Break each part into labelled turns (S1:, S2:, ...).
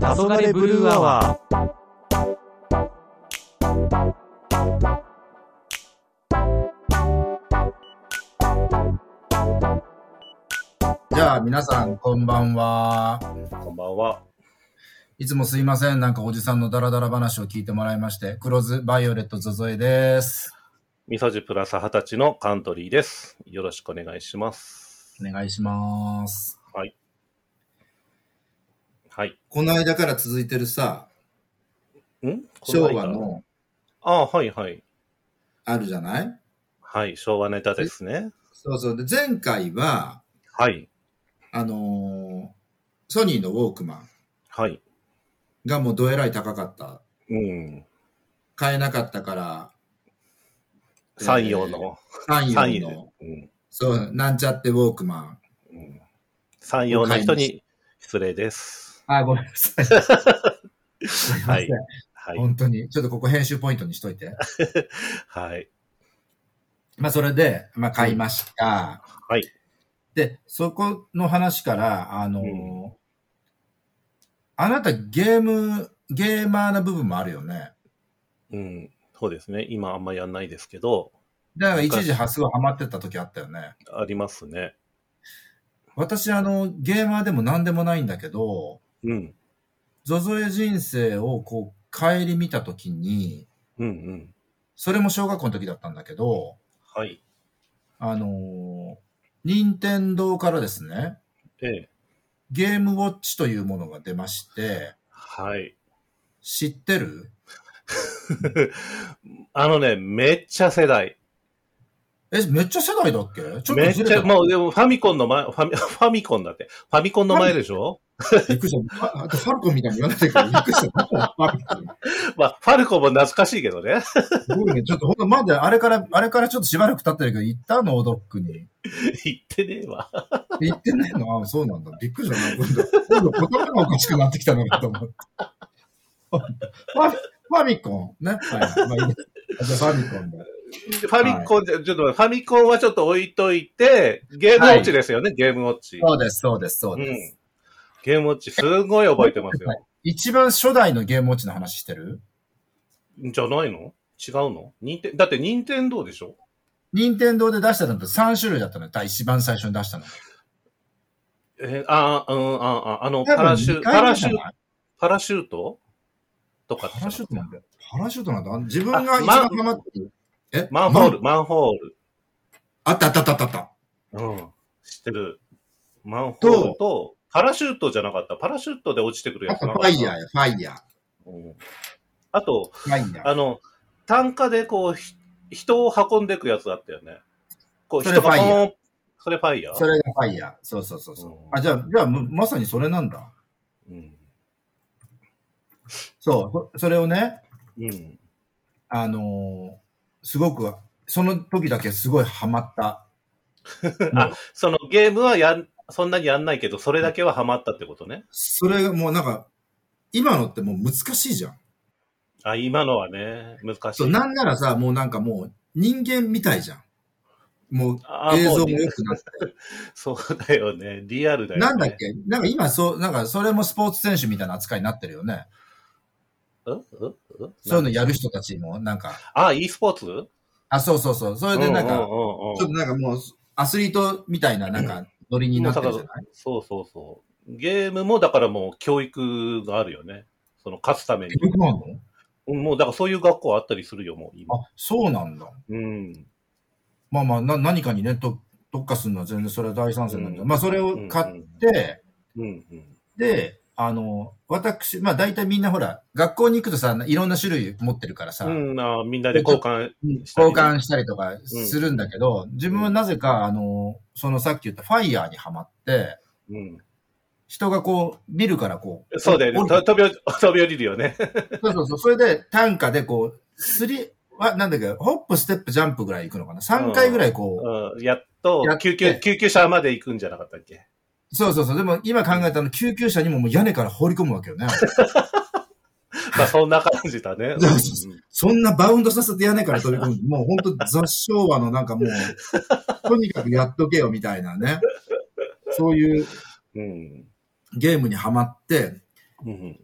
S1: 黄昏ブルーアワー。
S2: じゃあ皆さんこんばんは。
S3: こんばんは。
S2: いつもすいません。なんかおじさんのダラダラ話を聞いてもらいまして、黒酢バイオレットゾゾエです。
S3: みそじプラス二十歳のカントリーです。よろしくお願いします。
S2: お願いします。
S3: はい。
S2: この間から続いてるさ、
S3: ん
S2: 昭
S3: こ
S2: 和
S3: 間
S2: の
S3: ああ、はいはい。
S2: あるじゃない
S3: はい、昭和ネタですね。
S2: そうそう。で、前回は、
S3: はい。
S2: あのーソニーのウォークマン
S3: はい。
S2: がもうどえらい高かった。
S3: うん。
S2: 買えなかったから、
S3: 三陽の。
S2: 三
S3: 三
S2: 陽の
S3: 陽、うん
S2: そう、なんちゃってウォークマン。
S3: うん。三陽の人に失礼です。
S2: あ、ごめんなさい。
S3: は
S2: すいません
S3: い。はい。
S2: 本当に。ちょっとここ編集ポイントにしといて。
S3: はい。
S2: まあ、それで、まあ、買いました。
S3: はい。
S2: で、そこの話から、あのー
S3: う
S2: あなたゲーム、ゲーマーな部分もあるよね。
S3: うん。そうですね。今あんまやんないですけど、
S2: だから一時ハスはハマってた時あったよね。
S3: ありますね。
S2: 私、あの、ゲーマーでも何でもないんだけど、
S3: うん。
S2: ゾゾエ人生をこう、帰り見た時に、
S3: うんうん。
S2: それも小学校の時だったんだけど、
S3: はい。
S2: あのー、任天堂からですね、
S3: ええ。
S2: ゲームウォッチというものが出まして、
S3: はい。
S2: 知ってる
S3: あのね、めっちゃ世代。
S2: え、めっちゃ世代だっけちょっと
S3: めっ
S2: ずれ
S3: ち
S2: た
S3: ゃ、もうでもファミコンの前、ファミ、フ ァミコンだって。ファミコンの前でしょ
S2: びっくりした。ああとファルコンみたいに言わないでからびっくりした。ファルコン
S3: まあ、ファルコンも懐かしいけどね。
S2: すごいね。ちょっとほんと、まだあれから、あれからちょっとしばらく経ってるけど、行ったのドックに。
S3: 言ってねえわ。
S2: 行ってないのあそうなんだ。びっくりしたな。今度、今度言葉がおかしくなってきたのかと思って。ファファミコン。ね。はい。まあいいですじゃあファミコンで。
S3: ファミコンじゃ、ちょっと待ってファミコンはちょっと置いといて、ゲームウォッチですよね、ゲームウォッチ。
S2: そうです、そうです、そううです。
S3: ん。ゲームウォッチ、すごい覚えてます よ。
S2: 一番初代のゲームウォッチの話してる
S3: じゃないの違うの任天だって任天堂でしょ
S2: 任天堂で出したのと3種類だったのよ。一番最初に出したの。
S3: えーあー、うん、あー、あー、あの、
S2: 多
S3: パ
S2: 分
S3: ラシュ、
S2: 二
S3: パ
S2: 回
S3: ラ
S2: 目じ
S3: シ
S2: ゃ
S3: ュ
S2: ない、
S3: パラシュートとかって
S2: パラシュートなんだよ。パラシュートなんだ。自分が
S3: あ
S2: 一番ハマってる。え
S3: マンホー
S2: ル。
S3: ル、マンホール。
S2: あったあったあったあったあった。
S3: うん。知ってる。マンホールと、パラシュートじゃなかった。パラシュートで落ちてくる
S2: あ
S3: やつ
S2: と
S3: な
S2: フ
S3: かった
S2: ァイヤーや、ファイヤー。
S3: うんあと、
S2: ファイヤー。
S3: あの、単価でこう、ひ人を運んでいくやつあったよね。こう、
S2: それ
S3: 人
S2: ファイヤー
S3: ポンそれファイヤー
S2: それがファイヤー。そうそうそうそう
S3: うん。
S2: あ、じゃあ、じゃあ、むまさにそれなんだ。
S3: うん。
S2: そう。そそれをね、
S3: うん。
S2: あのーすごく、その時だけすごいハマった。
S3: あ、そのゲームはやん、そんなにやんないけど、それだけはハマったってことね。
S2: それがもうなんか、今のってもう難しいじゃん。
S3: あ、今のはね、難し
S2: そう、
S3: い。
S2: なんならさ、もうなんかもう人間みたいじゃん。もう
S3: あ
S2: 映
S3: も
S2: 像
S3: う
S2: も
S3: ね
S2: 良くなって。
S3: そうだよね。リアルだよね。
S2: なんだっけなんか今そう、なんかそれもスポーツ選手みたいな扱いになってるよね。
S3: うんうんうん
S2: そういうのやる人たちも、なんか、
S3: あ、e スポーツ
S2: あ、そうそうそう。それでなんか、
S3: うううんうん
S2: ちょっとなんかもう、アスリートみたいな、なんか、ノリになってるじゃない
S3: そうそうそう。ゲームもだからもう教育があるよね。その勝つために
S2: 結。局なの
S3: うんもうだからそういう学校あったりするよ、もう今。
S2: あ、そうなんだ。
S3: うん。
S2: まあまあ、な何かにね、と特化するのは全然それは大賛成なんだけど、
S3: うん
S2: まあそれを買って、
S3: うんうん。
S2: で、あの、私、まあ大体みんなほら、学校に行くとさ、いろんな種類持ってるからさ、
S3: うん、あみんなで交換したり
S2: 交。換したりとかするんだけど、自分はなぜか、あの、そのさっき言ったファイヤーにはまって、
S3: うん。
S2: 人がこう、ビルからこう、
S3: そうだよね。
S2: 降り
S3: と飛び降 り飛び降りるよね。
S2: そうそうそう。それで、単価でこう、すり、は、なんだっけ、ホップ、ステップ、ジャンプぐらい行くのかな ?3 回ぐらいこう、
S3: うん、やっと
S2: やっ、て
S3: 救急、救急車まで行くんじゃなかったっ け
S2: そうそうそう。でも今考えたの、救急車にももう屋根から放り込むわけよね。
S3: まあそんな感じだね。
S2: そうそうそそんなバウンドさせて屋根から飛び 込む。もうほんと雑昭和のなんかもう、とにかくやっとけよみたいなね。そういう
S3: うん。うん
S2: ゲームにはまって、
S3: うん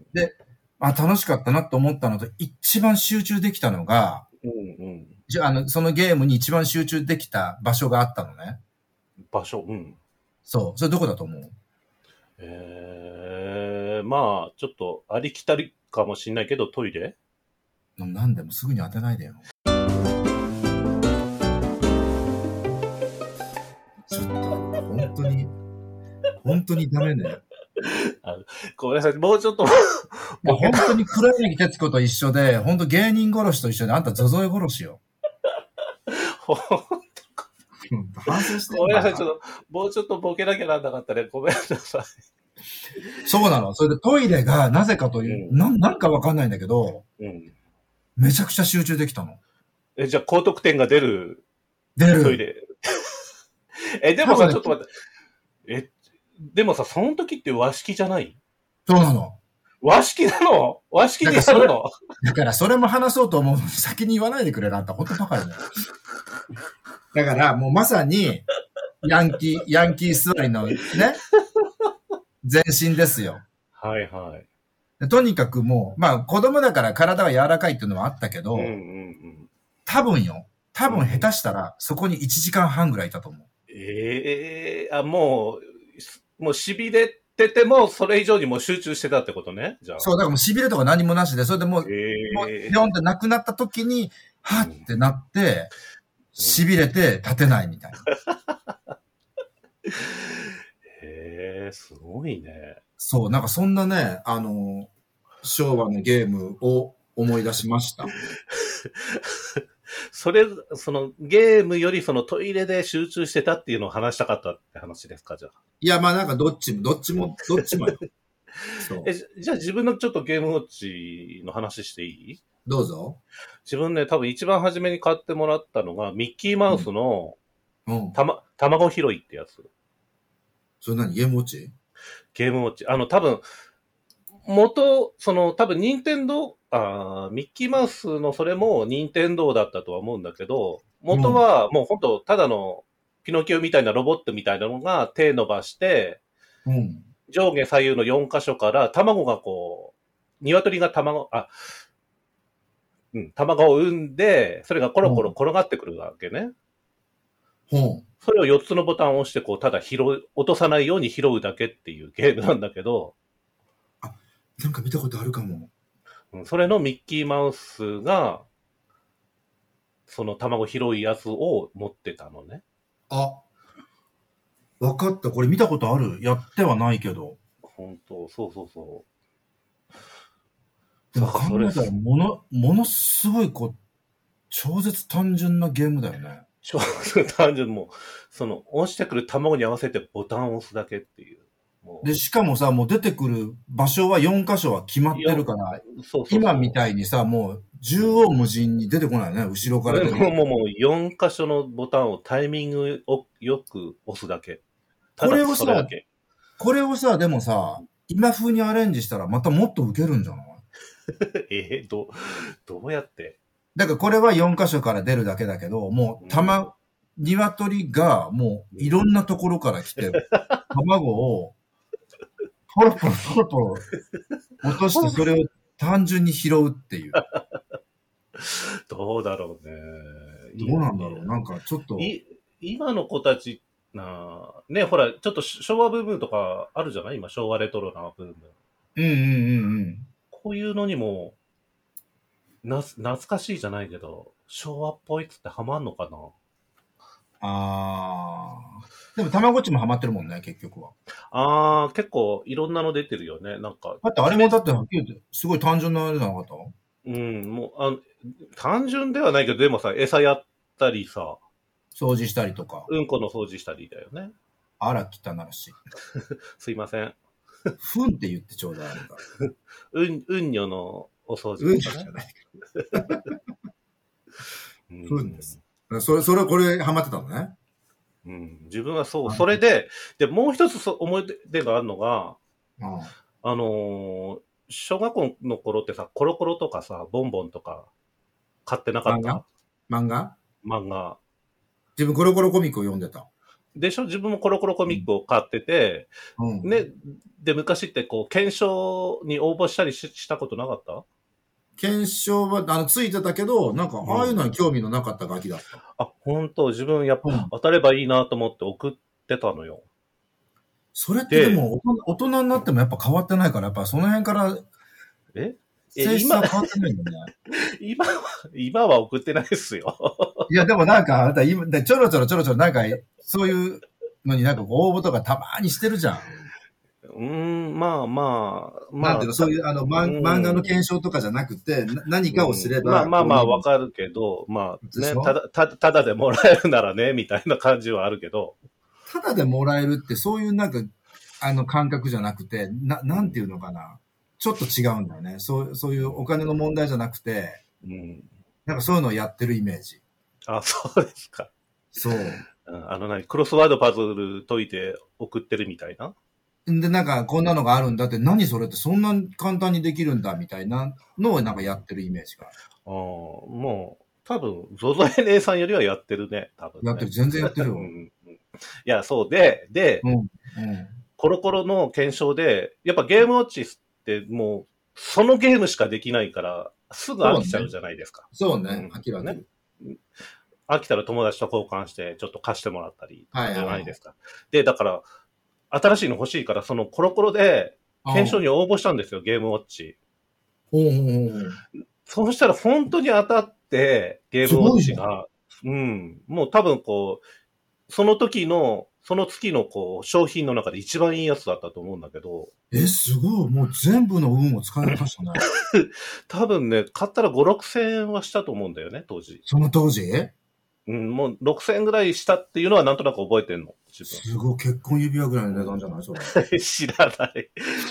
S2: あ、楽しかったなと思ったのと、一番集中できたのが、
S3: うんうん。
S2: じゃあ、あの、そのゲームに一番集中できた場所があったのね。
S3: 場所、うん。
S2: そう。それどこだと思う
S3: えー、まあ、ちょっとありきたりかもしれないけど、トイレ
S2: でも何でもすぐに当てないでよ。ちょっと、本当に、本当にダメね。
S3: ごめんなさい、もうちょっと、
S2: もう本当に黒柳徹子と一緒で、本当芸人殺しと一緒で、あんたゾゾエ殺しよ。
S3: ほん
S2: うん反省して
S3: ごめんなさい、ちょっと、もうちょっとボケなきゃなんなかったね。ごめんなさい。
S2: そうなの。それでトイレがなぜかという、
S3: うん
S2: なん、なんかわかんないんだけど、
S3: うん。
S2: めちゃくちゃ集中できたの。
S3: え、じゃあ高得点が出る
S2: 出
S3: トイ
S2: る。
S3: レ。 え、でもさ、
S2: 多分ね
S3: ちょっと待って。え、でもさ、その時って和式じゃない
S2: そうなの。
S3: 和式なの和式でやるの
S2: だからそれも話そうと思うのに先に言わないでくれるあんた、本当バカよね。だからもうまさに、ヤンキー、ヤンキー座りのね、全身ですよ。
S3: はいはい。
S2: でとにかくもう、まあ子供だから体は柔らかいっていうのはあったけ
S3: う
S2: ど、
S3: んうんうん。
S2: 多分よ、多分下手したらそこに1時間半ぐらいいたと思う。
S3: ええあ、もうす、もう痺れてても、それ以上にもう集中してたってことね。じゃあ。
S2: そう、だからもう痺れとか何もなしで、それでもうもう、
S3: ええ
S2: ピョンってなくなった時に、はっってなって、痺れて立てないみたいな。
S3: へえすごいね。
S2: そう、なんかそんなね、あの、昭和のゲームを思い出しました。
S3: それ、そのゲームよりそのトイレで集中してたっていうのを話したかったって話ですか、じゃあ。
S2: いや、まあなんかどっちも、どっちも、どっち もよ。そう
S3: え、じじゃあ自分のちょっとゲームウォッチの話していい
S2: どうぞ。
S3: 自分ね、多分一番初めに買ってもらったのが、ミッキーマウスの
S2: うん。
S3: たま、卵拾いってやつ。
S2: それ何ゲームウォッチ
S3: ゲームウォッチ。あの、多分、元、その、多分、任天堂あーミッキーマウスのそれも任天堂だったとは思うんだけど、元はもう本当ただのピノキオみたいなロボットみたいなのが手伸ばして、
S2: うん。
S3: 上下左右の4箇所から卵がこう、鶏が卵、あ、うん、卵を産んで、それがコロコロ転がってくるわけね。
S2: ほ
S3: それを4つのボタンを押して、こう、ただ拾う、落とさないように拾うだけっていうゲームなんだけど、
S2: う。なんか見たことあるかも。
S3: うんそれのミッキーマウスが、その卵広いやつを持ってたのね。
S2: あ。わかった。これ見たことある。やってはないけど。
S3: 本当そうそうそ
S2: でも
S3: そう
S2: 考
S3: かそれ
S2: えたら、もの、ものすごい、こう、超絶単純なゲームだよね。
S3: う。超単純もう、その、押してくる卵に合わせてボタンを押すだけっていう。もう
S2: で、しかもさ、もう出てくる場所は4箇所は決まってるから、
S3: そうそうそう
S2: 今みたいにさ、もう縦横無尽に出てこないよね、後ろから出てく
S3: もう
S2: る。
S3: もうもう4箇所のボタンをタイミングをよく押すだけ。た
S2: これ
S3: だ
S2: をさ
S3: それだけ。
S2: これをさ、でもさ、今風にアレンジしたらまたもっとウケるんじゃない
S3: えー、どう、どうやって
S2: だからこれは4箇所から出るだけだけど、もう卵、鶏がもういろんなところか ら来て、卵をポロポロポロポロ落としてそれを単純に拾うっていう。
S3: どうだろうね。
S2: どうなんだろうなんかちょっと。
S3: い今の子たち、なあね、ほら、ちょっとし昭和ブームとかあるじゃない今、昭和レトロなブーム。
S2: うんうんうんうん。
S3: こういうのにも、な、懐かしいじゃないけど、昭和っぽいっつってハマんのかな
S2: あー。でも、たまごっちもハマってるもんね、結局は。
S3: あー、結構いろんなの出てるよね。なんか、
S2: だって、あれもだって、はっきり言って、すごい単純なあれじゃなかった
S3: うん、もう、あの、単純ではないけど、でもさ、餌やったりさ、
S2: 掃除したりとか。
S3: うんこの掃除したりだよね。
S2: あら、汚らしい。
S3: すいません。
S2: ふんって言ってちょうだい。
S3: うん、うんにょのお掃
S2: う
S3: 除
S2: ん
S3: と
S2: じゃ
S3: かね。
S2: ない。
S3: うん
S2: うんですそれ、それ、これ、ハマってたのね。
S3: うん、自分はそ
S2: は
S3: う。
S2: い
S3: それで、で、もう一つそう思い出があるのが、
S2: うん。
S3: あのー小学校の頃ってさ、コロコロとかさ、ボンボンとか、買ってなかっ
S2: 漫画
S3: た
S2: 漫画
S3: 漫画。
S2: 自分、コロコロコミックを読んでた。
S3: でしょ自分もコロコロコミックを買ってて、
S2: うん。
S3: ね、で、昔ってこう、検証に応募したりししたことなかった
S2: 検証は、あの、ついてたけど、なんか、
S3: ん
S2: ああいうのに興味のなかったガキだった。
S3: あ、本当自分やっ
S2: うん
S3: ぱ当たればいいなと思って送ってたのよ。
S2: それって
S3: で
S2: でも大人、大人になってもやっぱ変わってないから、やっぱその辺から、
S3: ええ
S2: 性質は変わってないよね。
S3: 今は、今は送ってないっすよ。
S2: いや、でもなんか、あなた今、でちょろちょろちょろちょろ、なんか、そういうのになんかこう応募とかたまにしてるじゃん。
S3: うーん、まあまあ、まあ。
S2: なんていうの、そういう、あの、漫
S3: うん
S2: 漫画の検証とかじゃなくて、な何かをすれば。
S3: まあまあまあ、
S2: こういう
S3: わかるけど、まあ
S2: で
S3: ね
S2: しょ、
S3: ただ、たただでもらえるならね、みたいな感じはあるけど、
S2: ただでもらえるって、そういうなんか、あの感覚じゃなくて、な、なんていうのかな。ちょっと違うんだよね。そう、そういうお金の問題じゃなくて、
S3: うん。
S2: なんかそういうのをやってるイメージ。
S3: あ、そうですか。
S2: そう。
S3: うんあの何、クロスワードパズル解いて送ってるみたいな。
S2: んで、なんか、こんなのがあるんだって、何それってそんな簡単にできるんだみたいなのをなんかやってるイメージがある。
S3: あーもう、多分、ゾゾエ姉さんよりはやってるね、多分、ね。
S2: やってる、全然やってる
S3: う
S2: よ。うん。
S3: んうんいや、そうで、で、コロコロの検証で、やっぱゲームウォッチってもう、そのゲームしかできないから、すぐ飽きちゃうじゃないですか。
S2: そうね、
S3: うん
S2: 明らかに。
S3: 飽きたら友達と交換して、ちょっと貸してもらったり、じ
S2: はいはい
S3: ゃないですか。で、だから、新しいの欲しいから、そのコロコロで、検証
S2: に。
S3: に応募したんですよ、ゲームウォッチ。
S2: おうおうおうおう
S3: そうしたら本当に当たって、ゲームウォッチが、うん、もう多分こう、その時の、その月のこう、商品の中で一番いいやつだったと思うんだけど、
S2: え、すごい。もう全部の運を使いましたね。
S3: 多分ね、買ったら5、6千円はしたと思うんだよね、当時。
S2: その当時
S3: うん、もう6千円ぐらいしたっていうのはなんとなく覚えてんの、自
S2: すごい、結婚指輪ぐらいの値段じゃないそれ。
S3: 分。知らない。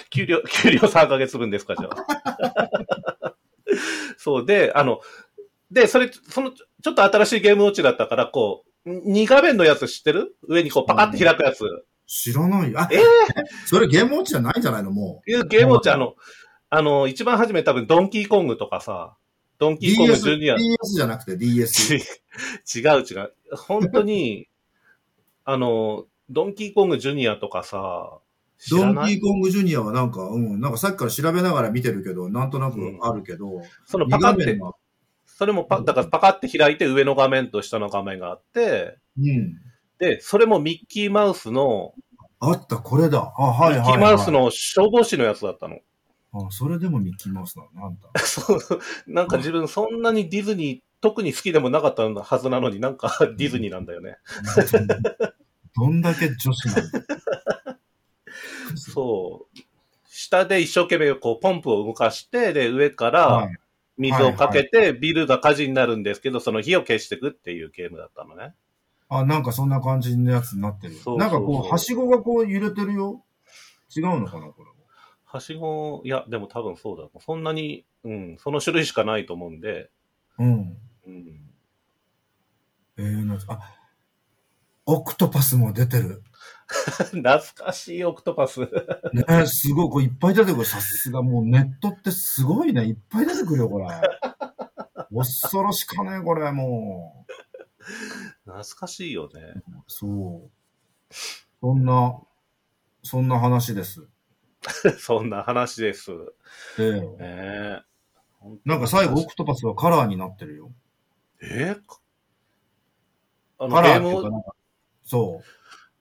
S3: 給料、給料3ヶ月分ですか、じゃあ。 そうで、あの、で、それ、その、ちょっと新しいゲームウォッチだったから、こう、2画面のやつ知ってる上にこう、パカって開くやつ。
S2: 知らないよ。あ、
S3: え
S2: それゲームウォッチじゃないんじゃないのも
S3: いうゲームウォッチ、あの、あの、一番初め多分、ドンキーコングとかさ、ドン
S2: う。
S3: キーコング
S2: DS、
S3: ジュニア
S2: DS じゃなくて DS。
S3: ち違う違う。本当に、あの、ドンキーコングジュニアとかさ、知
S2: ド
S3: ら
S2: ン
S3: な
S2: キ
S3: い
S2: ーコングジュニアはなんか、うん、なんかさっきから調べながら見てるけど、なんとなくあるけど、
S3: その
S2: 二
S3: パカっ
S2: 画面
S3: て、
S2: は
S3: それもパ、だからパカって開いて上の画面と下の画面があって、
S2: うん。
S3: で、それもミッキーマウスの、
S2: あった、これだ。あ、はいはい、はい。
S3: ミッキーマウス。の消防士のやつだったの。
S2: あ、それでもミッキーマウスなの、あんた。
S3: そう、なんか自分そんなにディズニー、特に好きでもなかったはずなのになんかディズニーなんだよね。
S2: どんだけ女子なんだ。
S3: そう。下で一生懸命こうポンプを動かして、で、上から、
S2: はい
S3: 水をかけて、ビルが火事になるんですけど、その火を消していくっていうゲームだったのね。
S2: あ、なんかそんな感じのやつになってる。
S3: そうそうそう
S2: なんかこう、はしごがこう揺れてるよ。違うのかな、これは。
S3: はしご、いや、でも多分そうだ。そんなに、うん、その種類しかないと思うんで、
S2: うん。
S3: うん。
S2: えー、なんかあ、オクトパスも出てる。
S3: 懐かしいオクトパス。
S2: ねえ、すごい、これいっぱい出てくる。さすが、もうネットってすごいね。いっぱい出てくる よ、これ。恐ろしかね、これ、も
S3: 懐かしいよね。
S2: う。そう。そんな、そんな話です。
S3: そんな話です。
S2: ええ
S3: ねえ
S2: なんか最後、オクトパスはカラーになってるよ。
S3: えーあの
S2: カ
S3: ゲ
S2: ラー
S3: ー
S2: っていうか
S3: ムを、
S2: なんか、そう。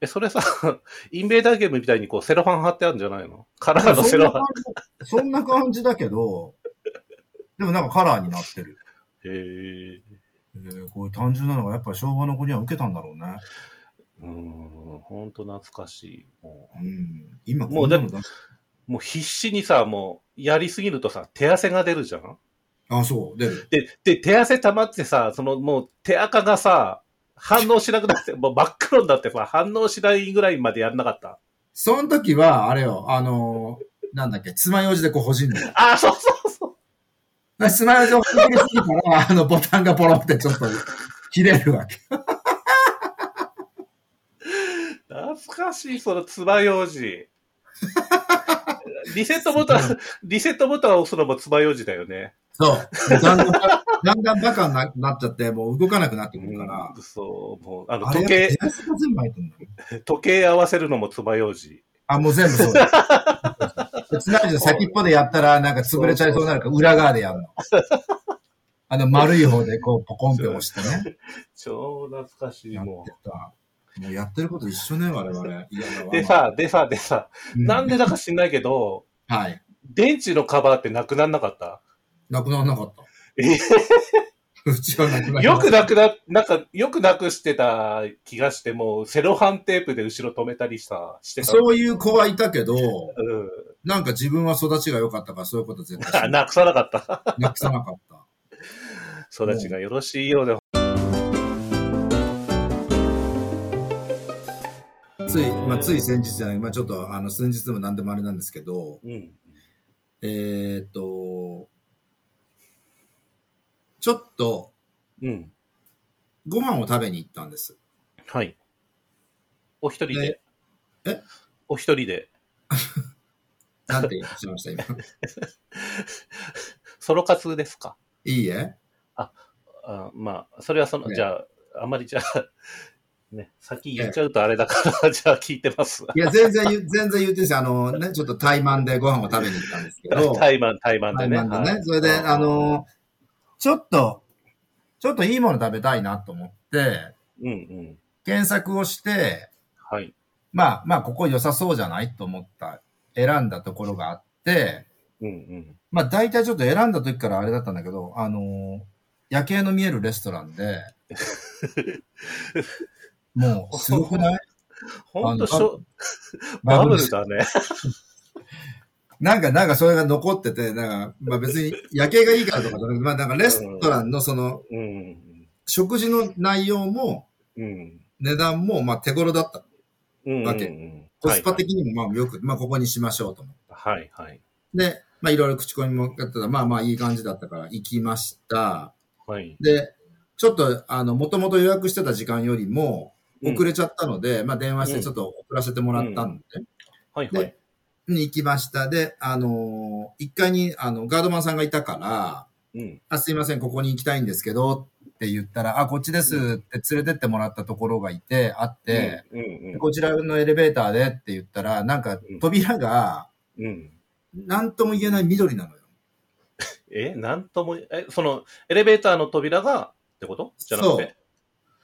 S3: え、それさ、 インベーダーゲームみたいにこうセロファン貼ってあるんじゃないのカラーのセロファン。
S2: そんな感じそんな感じだけど、でもなんかカラーになってる。
S3: へえ
S2: えー、こういう単純なのがやっぱり昭和の子には受けたんだろうね。
S3: うん、ほんと懐かしい。もう
S2: うん。今
S3: も
S2: こ
S3: うんだ
S2: な
S3: っ
S2: の
S3: て
S2: だ。
S3: もう必死にさ、もうやりすぎるとさ、手汗が出るじゃん
S2: あ、そう、出る。
S3: で、で、手汗溜まってさ、そのもう手垢がさ、反応しなくなって、もう真っ黒になってさ、反応しないぐらいまでやんなかった。
S2: その時は、あれよ、あのーなんだっけ、爪楊枝でこうほじんの。
S3: あー、そうそうそう。
S2: な爪楊枝をほじりすぎたら、あの、ボタンがポロってちょっと切れるわけ。
S3: 懐かしい、その爪楊枝。 リセットボタン、リセットボタンを押すのも爪楊枝だよね。
S2: そう。だんだん、だんだんバカにななっちゃって、もう動かなくなってくるから。
S3: そう、もう、あの、
S2: あれ
S3: 時
S2: やっ
S3: 計
S2: ぱ、手汗が全部入ってんだよ
S3: 時計合わせるのも爪楊枝。
S2: あ、もう全部そうです。つないで先っぽでやったら、なんか潰れちゃいそうになるから、裏側でやるの。あの、丸い方で、こう、ポコンって押してね。
S3: 超懐かしい、
S2: やって
S3: も
S2: た。もうやってること一緒ね、我々。嫌だわ
S3: う。で、さ、でさ、でさ、
S2: う
S3: なんでだか知んないけど、
S2: はい。
S3: 電池のカバーってなくなんなかった
S2: なくならなかった。
S3: え
S2: うちはなくなりました
S3: よくなくな、なんか、よくなくしてた気がして、もう、セロハンテープで後ろ止めたりさ、してた。
S2: そういう子はいたけど、
S3: うん。
S2: なんか自分は育ちが良かったから、そういうことは絶対し
S3: あなくさなかった。
S2: なくさなかった。
S3: 育ちがよろしいようで。
S2: つい、まあ、つい先日じゃない、まあ、ちょっと、あの、数日でも何でもあれなんですけど、
S3: うん。
S2: えーっと、ちょっと、
S3: うん。
S2: ご飯を食べに行ったんです。
S3: はい。お一人で。
S2: え
S3: お一人で。
S2: なんて言って ました、今。
S3: ソロ活ですか
S2: いいえ
S3: あまあ、それはその、
S2: ね
S3: じゃあ、あんまりじゃあ、 ね、先言っちゃうとあれだから、 じゃあ聞いて ます。
S2: いや、全然言う、全然言ってんすよあの、ね、ちょっと怠慢でご飯を食べに行ったんですけ ど、
S3: タイマン、タイマンでね。
S2: 怠慢で
S3: は
S2: ね。
S3: い
S2: それで、あ、の、ちょっと、ちょっといいもの食べたいなと思って、
S3: うんうん。
S2: 検索をして、
S3: はい。
S2: まあまあ、ここ良さそうじゃないと思った、選んだところがあって、
S3: うんうん。
S2: まあ大体ちょっと選んだ時からあれだったんだけど、あのー夜景の見えるレストランで、もう、すごくない
S3: ほんとしょ、
S2: バ
S3: バ
S2: ブ
S3: ブ
S2: ル
S3: ルだね。
S2: なんか、なんかそれが残ってて、なんか、まあ別に夜景がいいからとかじゃなくて、まあなんかレストランのその、
S3: うん。
S2: 食事の内容も、
S3: うん。
S2: 値段も、まあ手頃だった。
S3: うん。
S2: だって
S3: うん
S2: コスパ的にも、まあよく、まあここにしましょうと思って
S3: はいはい。
S2: で、まあいろいろ口コミもやってたら、まあまあいい感じだったから行きました。
S3: はい。
S2: で、ちょっと、あの、もともと予約してた時間よりも遅れちゃったので、まあ電話してちょっと遅らせてもらったんで、
S3: はいはい。
S2: に行きました。で、あのー、1階に、あの、ガードマンさんがいたから、
S3: うん。
S2: あ、すいません、ここに行きたいんですけど、って言ったら、あ、こっちですって連れてってもらったところがいて、あって、
S3: うんうん
S2: でこちらのエレベーターでって言ったら、なんか扉が、
S3: うん。うん。
S2: なんとも言えない緑なのよ。
S3: え、なんとも、え、その、エレベーターの扉が、ってことじゃなく
S2: そう
S3: て、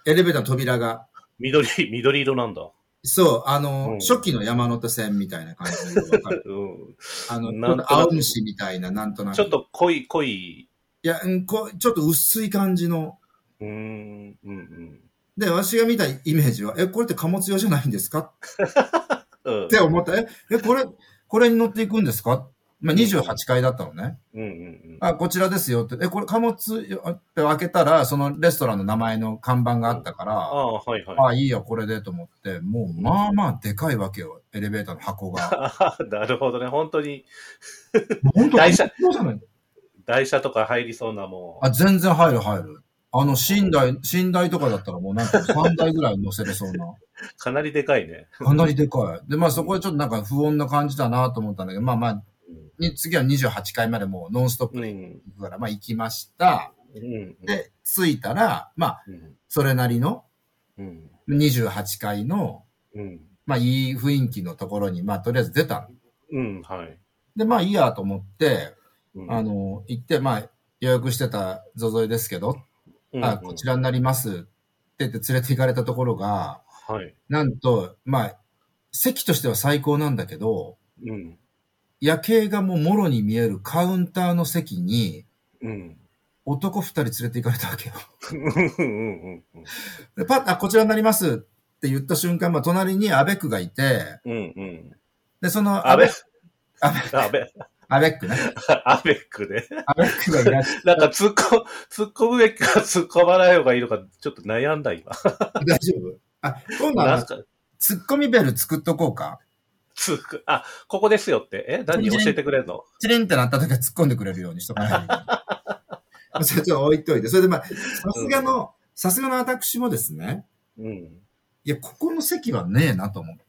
S2: エレベーターの扉が。
S3: 緑、緑色なんだ。
S2: そう、あの、
S3: うん。
S2: 初期の山手線みたいな感じでわかる
S3: うん。
S2: あの、ち
S3: な
S2: ょ
S3: ん
S2: っ
S3: となく
S2: と青虫みたいな、なんとなく。
S3: ちょっ。と濃い、濃い、
S2: いや、うんこうちょっと薄い感じの。
S3: うーん、うんうん。
S2: で、私が見たイメージは、え、これって貨物用じゃないんですか
S3: うん
S2: って思った。え、え、これ、これに乗っていくんですかまあ、28階だったのね。
S3: うんうん
S2: あ、こちらですよって。え、これ貨物用って開けたら、そのレストランの名前の看板があったか
S3: あ
S2: ら、
S3: あ、はいはい。
S2: あ、いいよ、これでと思って、もう、まあまあ、でかいわけよ、エレベーターの 箱が。
S3: あなるほどね。本当に、
S2: もう本当
S3: 台車
S2: そうじゃない
S3: 台車とか入りそうなも
S2: あ、全然入る入る。あの、寝台、寝台とかだったらもうなんか3台ぐらい乗せれそうな。
S3: う、かなりでかいね。
S2: かなりでかい。で、まあそこでちょっとなんか不穏な感じだなと思ったんだけど、まあまあ、に次は28階までもうノンストッ
S3: う
S2: プ
S3: ん。う
S2: で
S3: ん。
S2: 行くから、まあ行きました。
S3: うん。
S2: で、着いたら、まあ、
S3: うん。
S2: それなりの
S3: うん。
S2: 28階の、
S3: うん。
S2: まあいい雰囲気のところに、まあとりあえず出たの。
S3: うん。はい。
S2: で、まあいいやと思って、
S3: うん
S2: あ、の、行って、まあ予約してたぞぞいですけど、
S3: うん
S2: あ、こち。らになりますって言って連れて行かれたところが、
S3: はい。
S2: なんと、まあ、席としては最高なんだけど、
S3: うん。
S2: 夜景がもうもろに見えるカウンターの席に、
S3: うん。
S2: 男二人連れて行かれたわけよ。
S3: うんう んうん
S2: で、パッ、あ、こちらになりますって言った瞬間、まあ、隣にアベックがいて、
S3: うんうん。
S2: で、その、
S3: 安倍、
S2: アベ、
S3: 安倍、
S2: アベックね。
S3: アベックで。
S2: アベックがいら っし
S3: なんか突っ込、突っ込むべきか突っ込まない方がいいのか、ちょっと悩んだ今。
S2: ゃ大丈夫あ、今度
S3: なん
S2: は、
S3: か、
S2: ツッコミベル作っとこうか。
S3: つっこ、あ、ここですよって。え何教えてくれるの
S2: チリンってなった時は突っ込んでくれるようにしとかないと。ま あそれちょっと置いといて。それでまあ、さすがの、さすがの私もですね、
S3: うん。
S2: いや、ここの席はねえなと思って。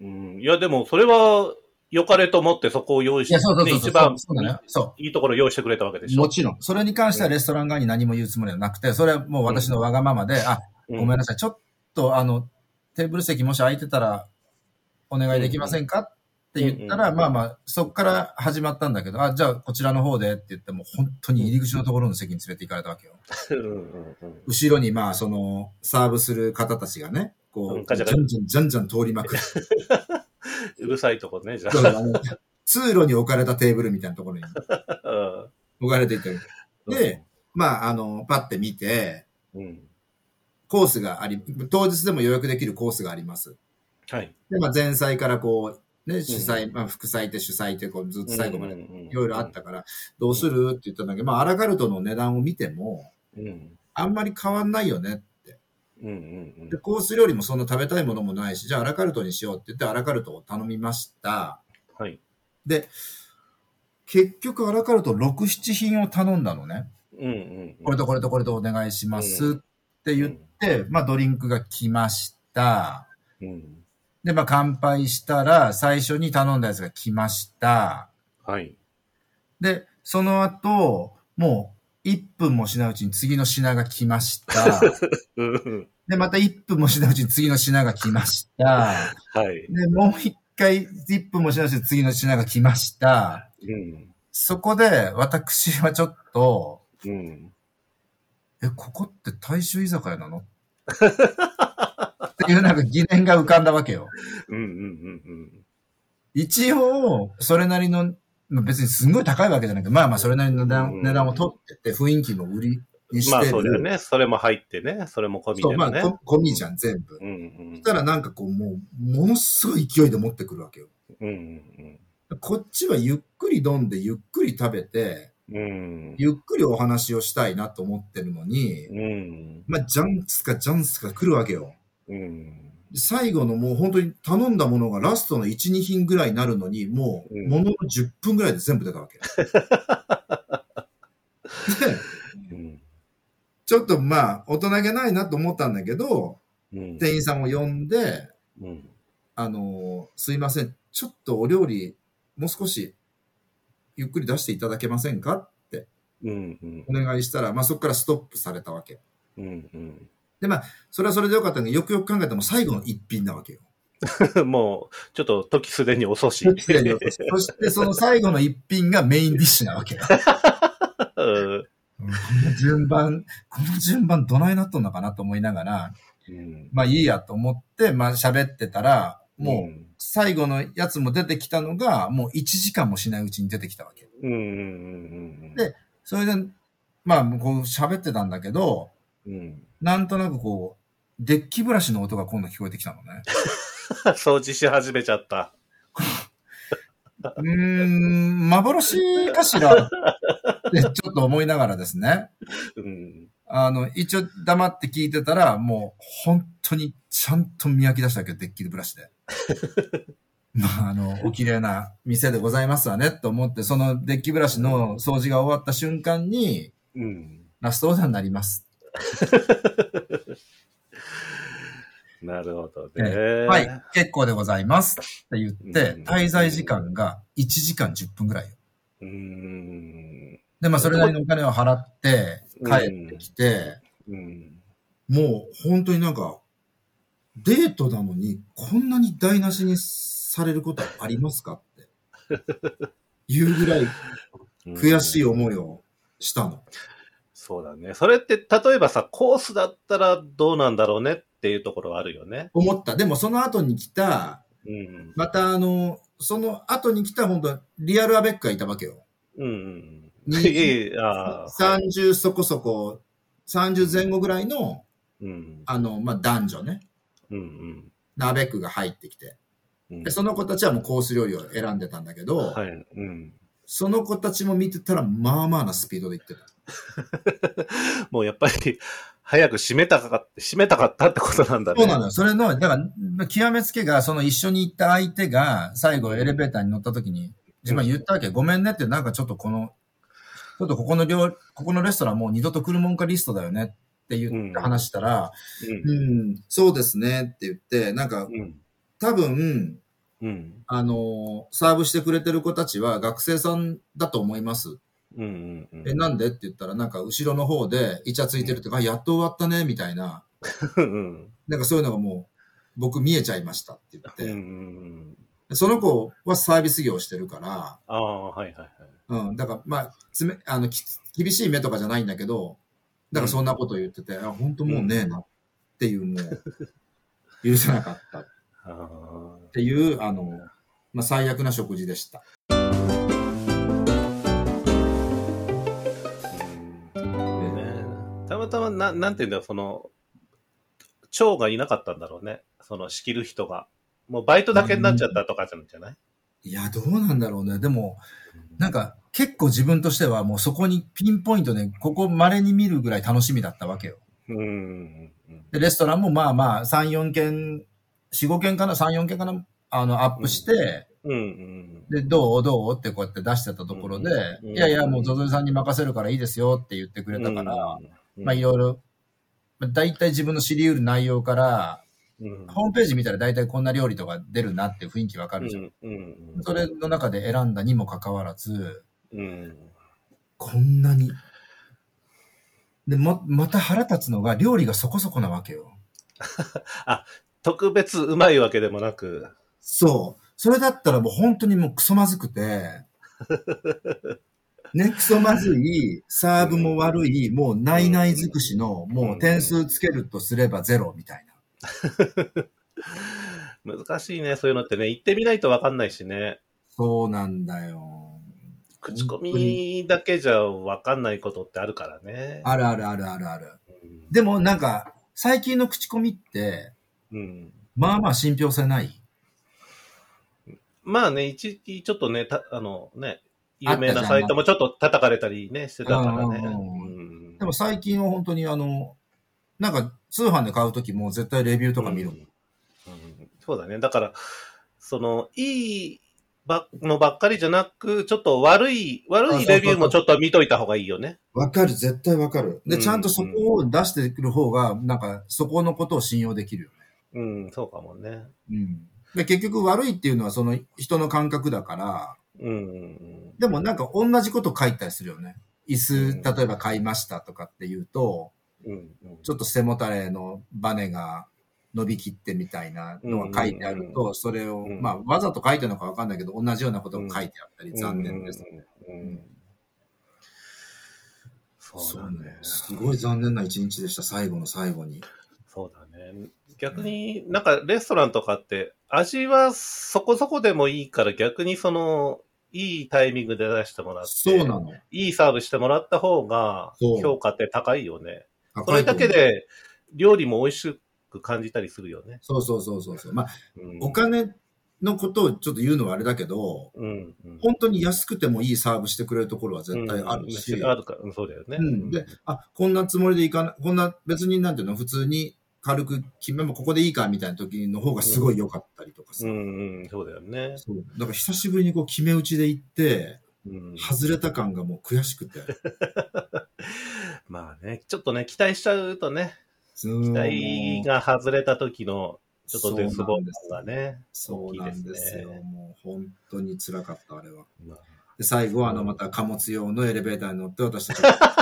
S3: うん。いや、でも、それは、良かれと思ってそこを用意し
S2: いや、そうそう
S3: て、ね
S2: そうそう。
S3: 一番
S2: そうだね。そ
S3: いいところを用意してくれたわけで
S2: う。
S3: しょ
S2: も。ちろん。それに関してはレストラン側に何も言うつもりはなくて、それはもう私のわがままで、あ、
S3: う
S2: ごめんなさい、ちょっとあの、テーブル席もし空いてたらお願いできませんか、って言ったら、
S3: うんうん
S2: まあまあ、そっから始まったんだけど、あ、じゃあこちらの方でって言っても、本当に入り口のところの席に連れて行かれたわけよ。
S3: うんうんうん
S2: 後ろにまあ、その、サーブする方たちがね、
S3: う
S2: こ
S3: ん
S2: う、
S3: ガ
S2: じ
S3: チ
S2: ゃ
S3: ャ
S2: ん
S3: ガチャ
S2: じゃんじゃんじゃん通りまくる。
S3: うるさいとこね、じゃ
S2: そうあの通路に置かれたテーブルみたいなところに
S3: あ。
S2: 置かれていて、で、まあ、あの、パッて見て、
S3: うん。
S2: コースがあり、当日でも予約できるコースがあります。
S3: はい。
S2: で、まあ、前菜からこう、ね、主菜、まあ、副菜って主菜ってこう、ずっと最後まで、
S3: い
S2: いろいろあっ。たから、どうするって言ったんだけど、まあ、アラカルトの値段を見ても、
S3: うんうん
S2: あんまり変わんないよねって。
S3: うんうん
S2: で、コース料理もそんな食べたいものもないし、じゃあアラカルトにしようって言って、アラカルトを頼みました。
S3: はい。
S2: で、結局アラカルト6、7品を頼んだのね。
S3: うんうんうん。
S2: これとこれとこれとお願いしますって言って、まあ、ドリンクが来ました。
S3: うん。
S2: で、まあ、乾杯したら、最初に頼んだやつが来ました。
S3: はい。
S2: で、その後、もう1分もしないうちに次の品が来ました。
S3: うんうん
S2: で、また1分もしないうちに次の品が来ました。
S3: はい。
S2: で、もう1回、1分もしないうちに次の品が来ました。
S3: うん。
S2: そこで、私はちょっと、
S3: うん。
S2: え、ここって大衆居酒屋なのっていうなんか疑念が浮かんだわけよ。
S3: うんうんうんうん。
S2: 一応、それなりの、まあ別にすんごい高いわけじゃなくて、まあまあそれなりの値段,、
S3: うん
S2: 値段を取ってて、雰囲気も売りにしてる。
S3: まあそうだよね。それも入ってね。それも込み
S2: そう、
S3: で
S2: ま
S3: ね
S2: あ。ゴミじゃん、全部。
S3: うんうん。
S2: そしたらなんかこう、もう、ものすごい勢いで持ってくるわけよ。
S3: うんうん
S2: こっちはゆっくり飲んで、ゆっくり食べて、
S3: うん。
S2: ゆっくりお話をしたいなと思ってるのに、
S3: うん。
S2: まあ、ジャンスかジャンスか来るわけよ。
S3: うん。
S2: 最後のもう本当に頼んだものがラストの1、2品ぐらいになるのに、も
S3: う
S2: う、
S3: ん
S2: ものの10分ぐらいで全部出たわけ。で、
S3: うん。
S2: ちょっとまあ、大人げないなと思ったんだけど、
S3: うん。
S2: 店員さんを呼んで、
S3: うん。
S2: あのーすいません、ちょっとお料理、もう少し、ゆっくり出していただけませんかって
S3: うんうん
S2: お願いしたら、まあそこからストップされたわけ。
S3: うん
S2: それはそれでよかったんだけど、よくよく考えても最後の一品なわ けよ。
S3: うん。もう、ちょっと時すでに遅し。
S2: そしてその最後の一品がメインディッシュなわけ。
S3: うん
S2: この順番、この順番どないなっとんのかなと思いながら、
S3: うん
S2: まあいいやと思って、まあ喋ってたら、もう
S3: う、
S2: 最後のやつも出てきたのが、もう1時間もしないうちに出てきたわけ。
S3: うんうんうんうん。
S2: でそれで、まあ、こう喋ってたんだけど、
S3: うん、
S2: なんとなくこう、デッキブラシの音が今度聞こえてきたのね。
S3: 掃除し始めちゃった。
S2: うーん、幻かしらってちょっと思いながらですね。
S3: うん。
S2: あの、一応黙って聞いてたら、もう本当にちゃんと磨き出したわけど、デッキブラ シで。まあ、あの、お綺麗な店でございますわね、と思って、そのデッキブラシの掃除が終わった瞬間に、
S3: うん。
S2: ラストオーダーになります。
S3: なるほど
S2: え
S3: ね。
S2: はい、結構でございます。って言って
S3: うん、
S2: 滞在時間が1時間10分ぐらいよ。
S3: うん。
S2: で、まあ、それなりのお金を払って、帰ってきて、
S3: うん。
S2: もう本当になんか、デートなのに、こんなに台無しにされることありますかって。いうぐらい悔しい
S3: よ。
S2: 思いをしたの。
S3: そうだね。それって、例えばさ、コースだったらどうなんだろうねっていうところはあるよね。
S2: 思った。でもその後に来た、
S3: うん。
S2: またあの、その後に来た本当リアルアベックがいたわけよ。
S3: うん。い
S2: に
S3: えいえ、ああ。
S2: 30そこそこ、30前後ぐらいの、
S3: うん。
S2: あの、まあ、男女ね、
S3: うん。
S2: アベックが入ってきて。
S3: うん。
S2: で、その子たちはもうコース料理を選んでたんだけど、
S3: はい。うん。
S2: その子たちも見てたら、まあまあなスピードで行ってた。
S3: もうやっぱり、早く締めたか、締めたかったってことなんだね。
S2: そうなのよ。それの、だから、極めつけが、その一緒に行った相手が、最後エレベーターに乗った時に、自分は言ったわけ、ごめんねって、なんかちょっとこの、ちょっとここの料、ここのレストランもう二度と来るもんかリストだよねって言って話したら、
S3: うん
S2: うん、そうですねって言って、なんか
S3: うん。
S2: 多分、
S3: うん。
S2: あの、サーブしてくれてる子たちは学生さんだと思います。
S3: うんうんうん。
S2: え、なんでって言ったら、なんか後ろの方でイチャついてるとか、あやっと終わったね、みたいな。
S3: うん
S2: なんかそういうのがもう、僕見えちゃいましたっ
S3: う
S2: て
S3: んう
S2: 言って。
S3: ん。
S2: その子はサービス業してるから、
S3: ああ、はいはいはい。
S2: うん、だから、まあ、つめ、あの、き厳しい目とかじゃないんだけど、だからそんなこと言ってて、あ、本当もうねえなっていう、もう、許せなかったっ
S3: あ
S2: ていう、あの、まあ、最悪な食事でした。
S3: あ、うんね。たまたま、ななんていうんだろう、その、蝶がいなかったんだろうね。その仕切る人が。もうバイトだけになっちゃったとかじゃんじゃない、
S2: いや、どうなんだろうね。でも、なんか、結構自分としてはもうそこにピンポイントで、ここ稀に見るぐらい楽しみだったわけよ。
S3: うんうんうん。
S2: で、レストランもまあまあ、3、4件、4、5件かな、3、4件かな、あの、アップして、
S3: うんうん
S2: で、どうどうってこうやって出してたところで、
S3: うんうん
S2: いやいや、もうゾゾリさんに任せるからいいですよって言ってく
S3: う
S2: れ
S3: ん。
S2: たから、
S3: うん、
S2: まあいろいろ、まあ、大体自分の知り得る内容から、
S3: うん、
S2: ホームページ見たら大体こんな料理とか出るなっていう雰囲気わかるじゃん。
S3: うんうんうん
S2: それの中で選んだにもかかわらず、
S3: うん。
S2: こんなに。で、ま、また腹立つのが料理がそこそこなわけよ。
S3: 特別うまいわけでもなく、
S2: そう。それだったらもう本当にもうクソまずくて、ね、クソまずい、サーブも悪い、もうないない尽くしの、もう点数つけるとすればゼロみたいな。
S3: 難しいね、そういうのってね。行ってみないとわかんないしね。
S2: そうなんだよ。
S3: 口コミだけじゃわかんないことってあるからね。
S2: あるあるあるあるある。
S3: うん
S2: でもなんか、最近の口コミって、
S3: うん。
S2: まあまあ信憑性ない。
S3: まあね、一時期ちょっとね、たあのね、有
S2: あったじゃん
S3: 名なサイトもちょっと叩かれたりね、してたからね。
S2: うん
S3: うん
S2: でも最近は本当にあの、なんか通販で買うときも絶対レビューとか見る
S3: うん。うんそうだね。だから、その、いいばのばっかりじゃなく、ちょっと悪い、悪いレビューもちょっと見といた方がいいよね。
S2: わかる、絶対わかる。で、
S3: うん
S2: ちゃんとそこを出してくる方が、なんか、そこのことを信用できるよね。
S3: うん、そうかもね。
S2: うん。で、結局悪いっていうのはその人の感覚だから、
S3: うん。
S2: でもなんか同じこと書いたりするよね。椅
S3: うん
S2: 子、例えば買いましたとかって言うと、
S3: うん。
S2: ちょっと背もたれのバネが伸びきってみたいなのが書いてある
S3: うんうん
S2: と、それを、
S3: うん
S2: まあ、わざと書いてるのかわかんないけど、同じようなことを書いてあったり、残念です。
S3: うん。うんそう
S2: そ
S3: だ
S2: う
S3: ね
S2: ね。。すごい残念な一日でした、最後の最後に。
S3: そうだね。逆になんかレストランとかって味はそこそこでもいいから逆にそのいいタイミングで出してもらって、
S2: そうなの。
S3: いいサーブしてもらった方が
S2: そう
S3: 評価って高いよね。そ
S2: 高
S3: れ
S2: いと
S3: だ
S2: 思
S3: け
S2: う
S3: で料理も美味しく感じたりするよね。
S2: そうそうそうそうそう。まあ、
S3: うん
S2: お金のことをちょっと言うのはあれだけど、
S3: うんうん
S2: 本当に安くてもいいサーブしてくれるところは絶対あるし、
S3: うんあるから、うんそうだよね。
S2: うん、で、あ、こんなつもりでいかな、こんな別になんていうの、普通に軽く決め、もうここでいいかみたいな時の方がすごい良かったりとかさ。
S3: うん、うん、そうだよね。
S2: そうだから久しぶりにこう決め打ちで行って、
S3: うん
S2: 外れた感がもう悔しくて。
S3: まあね、ちょっとね、期待しちゃうとね、
S2: 期
S3: 期待が外れた時のちょっと絶望
S2: が
S3: 感がね。
S2: そうなんですよ。
S3: 大きいです
S2: もう本当に辛かった、あれは。
S3: まあ
S2: で、最後はあの、また貨物用のエレベーターに乗って私たちが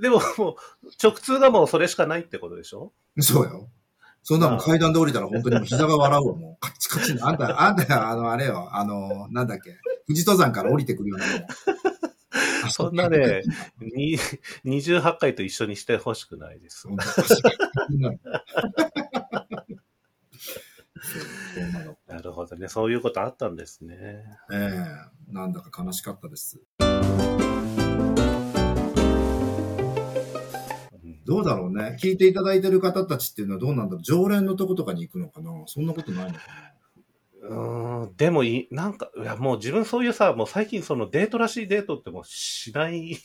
S3: でももう、直通がもうそれしかないってことでしょ
S2: そうよ。そんなもん
S3: まあ
S2: 階段で降りたら本当にもう膝が笑うわ、もう。カ チカチに。あんた、あんた、あの、あれよ、あの、なんだっけ、富士登山から降りてくるよ うなもん。あ
S3: そんなね、に28回と一緒にしてほしくないです。
S2: 本当足が痛くなるそうそうなの
S3: なるほどね。そういうことあったんですね。
S2: ええなんだか悲しかったです。
S3: うん
S2: どうだろうね。聞いていただいてる方たちっていうのはどうなんだろう。常連のとことかに行くのかなそんなことないのか
S3: うーん、でもいい、なんか、いやもう自分そういうさ、もう最近そのデートらしいデートってもうしない。い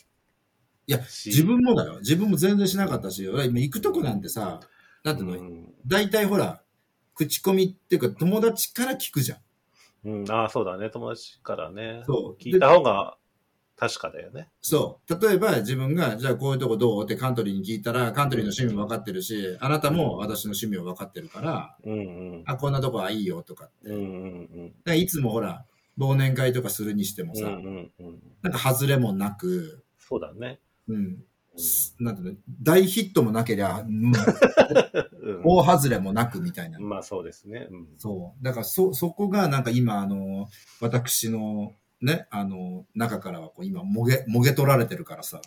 S2: や、自分もだよ。自分も全然しなかったし、俺今行くとこなんてさ、なんていうの、
S3: うん
S2: 大体ほら、口コミっていうか友達から聞くじゃん。
S3: うん、ああ、そうだね。友達からね。
S2: そう
S3: 聞いた方が確かだよね。
S2: そう。例えば自分が、じゃあこういうとこどうってカントリーに聞いたら、カントリーの趣味も分かってるし、あなたも私の趣味を分かってるから、
S3: うんうん。
S2: あ、こんなとこはいいよとかって。
S3: うんうん
S2: でいつもほら、忘年会とかするにしても
S3: うん。う
S2: さ、
S3: んうんうん。
S2: なんか外れもなく、
S3: そうだね。
S2: うん。すなんていうの、大ヒットもなけりゃ、うん、
S3: うん
S2: 大外れもなくみたいな。
S3: まあそうですね。うん
S2: そう。だからそ、そこがなんか今、あの、私のね、あの、中からはこう今、もげ、もげ取られてるからさ。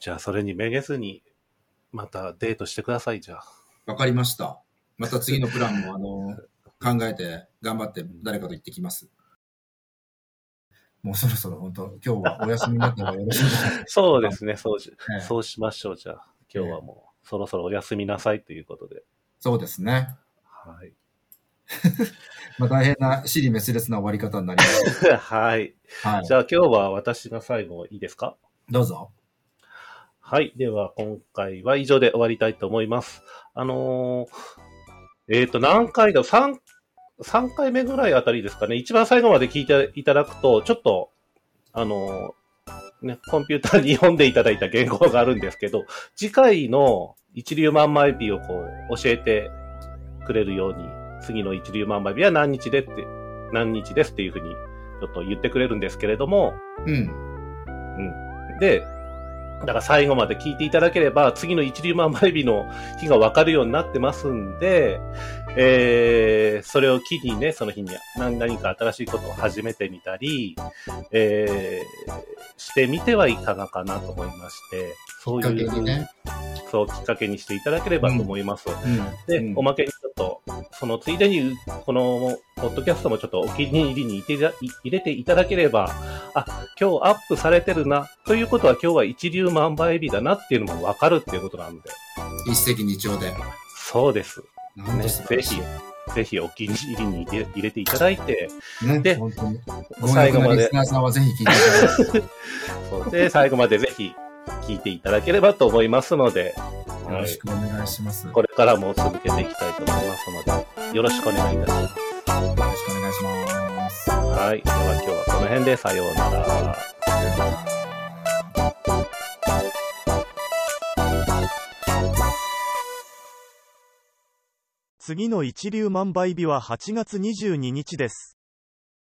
S3: じゃあそれにめげずに、またデートしてください、じゃあ。
S2: わかりました。また次のプ ランも、あの、考えて、頑張って誰かと行ってきます。もうそろそろ本当、今日はお休みになった方がよろしいんじゃないで
S3: そうですね、そうし、
S2: すかね
S3: そうしましょう、じゃあ。今日はもう、そろそろお休みなさいということで。
S2: そうですね。
S3: はい。
S2: まあ大変な、死に滅裂な終わり方になりま し
S3: はい。
S2: た。はい
S3: じ。ゃあ今日は私が最後いいですか
S2: どうぞ。
S3: はい。では、今回は以上で終わりたいと思います。あのーえっ、と、何回だ、3、3回目ぐらいあたりですかね。一番最後まで聞いていただくと、ちょっと、あのーね、コンピューターに読んでいただいた原稿があるんですけど、次回の一流万枚日をこう、教えてくれるように、次の一流万枚日は何日でって、何日ですっていうふうに、ちょっと言ってくれるんですけれども、
S2: うん。
S3: で、だから最後まで聞いていただければ、次の一粒万倍日の日がわかるようになってますんで、えー、それを機にね、その日に何何か新しいことを始めてみたり、えー、してみてはいかがかなと思いまして、そう
S2: きっか
S3: い
S2: け
S3: う、
S2: にね。
S3: そう、きっかけにしていただければと思います。で、
S2: うん。
S3: おまけにちょっと、そのついでに、この、ポッドキャストもちょっとお気に入りに入れてい入れていただければ、あ、今日アップされてるな、ということは今日は一流万倍日だなっていうのもわかるっていうことなので、
S2: 一石二鳥で。
S3: そうです。
S2: なん
S3: ね、
S2: と素
S3: ぜ
S2: 晴らし
S3: ひ、ぜひお気に入りに入れ入れていただいて、
S2: い。ね、
S3: で
S2: 本当に。
S3: 最後ま
S2: 強欲なリ
S3: で
S2: ス、ナーさんはぜひ聞いてください。
S3: そうで、最後までぜひ聞いていただければと思いますので、
S2: よ
S3: は
S2: ろ
S3: い
S2: しくお願いします。よ
S3: これからも続けていきたいと思いますので、よろしくお願いいたします。
S2: ろしくお願いします。
S3: はい。では今日はこの辺でさようなら。
S2: さようなら
S1: 次の一粒万倍日は8月22日です。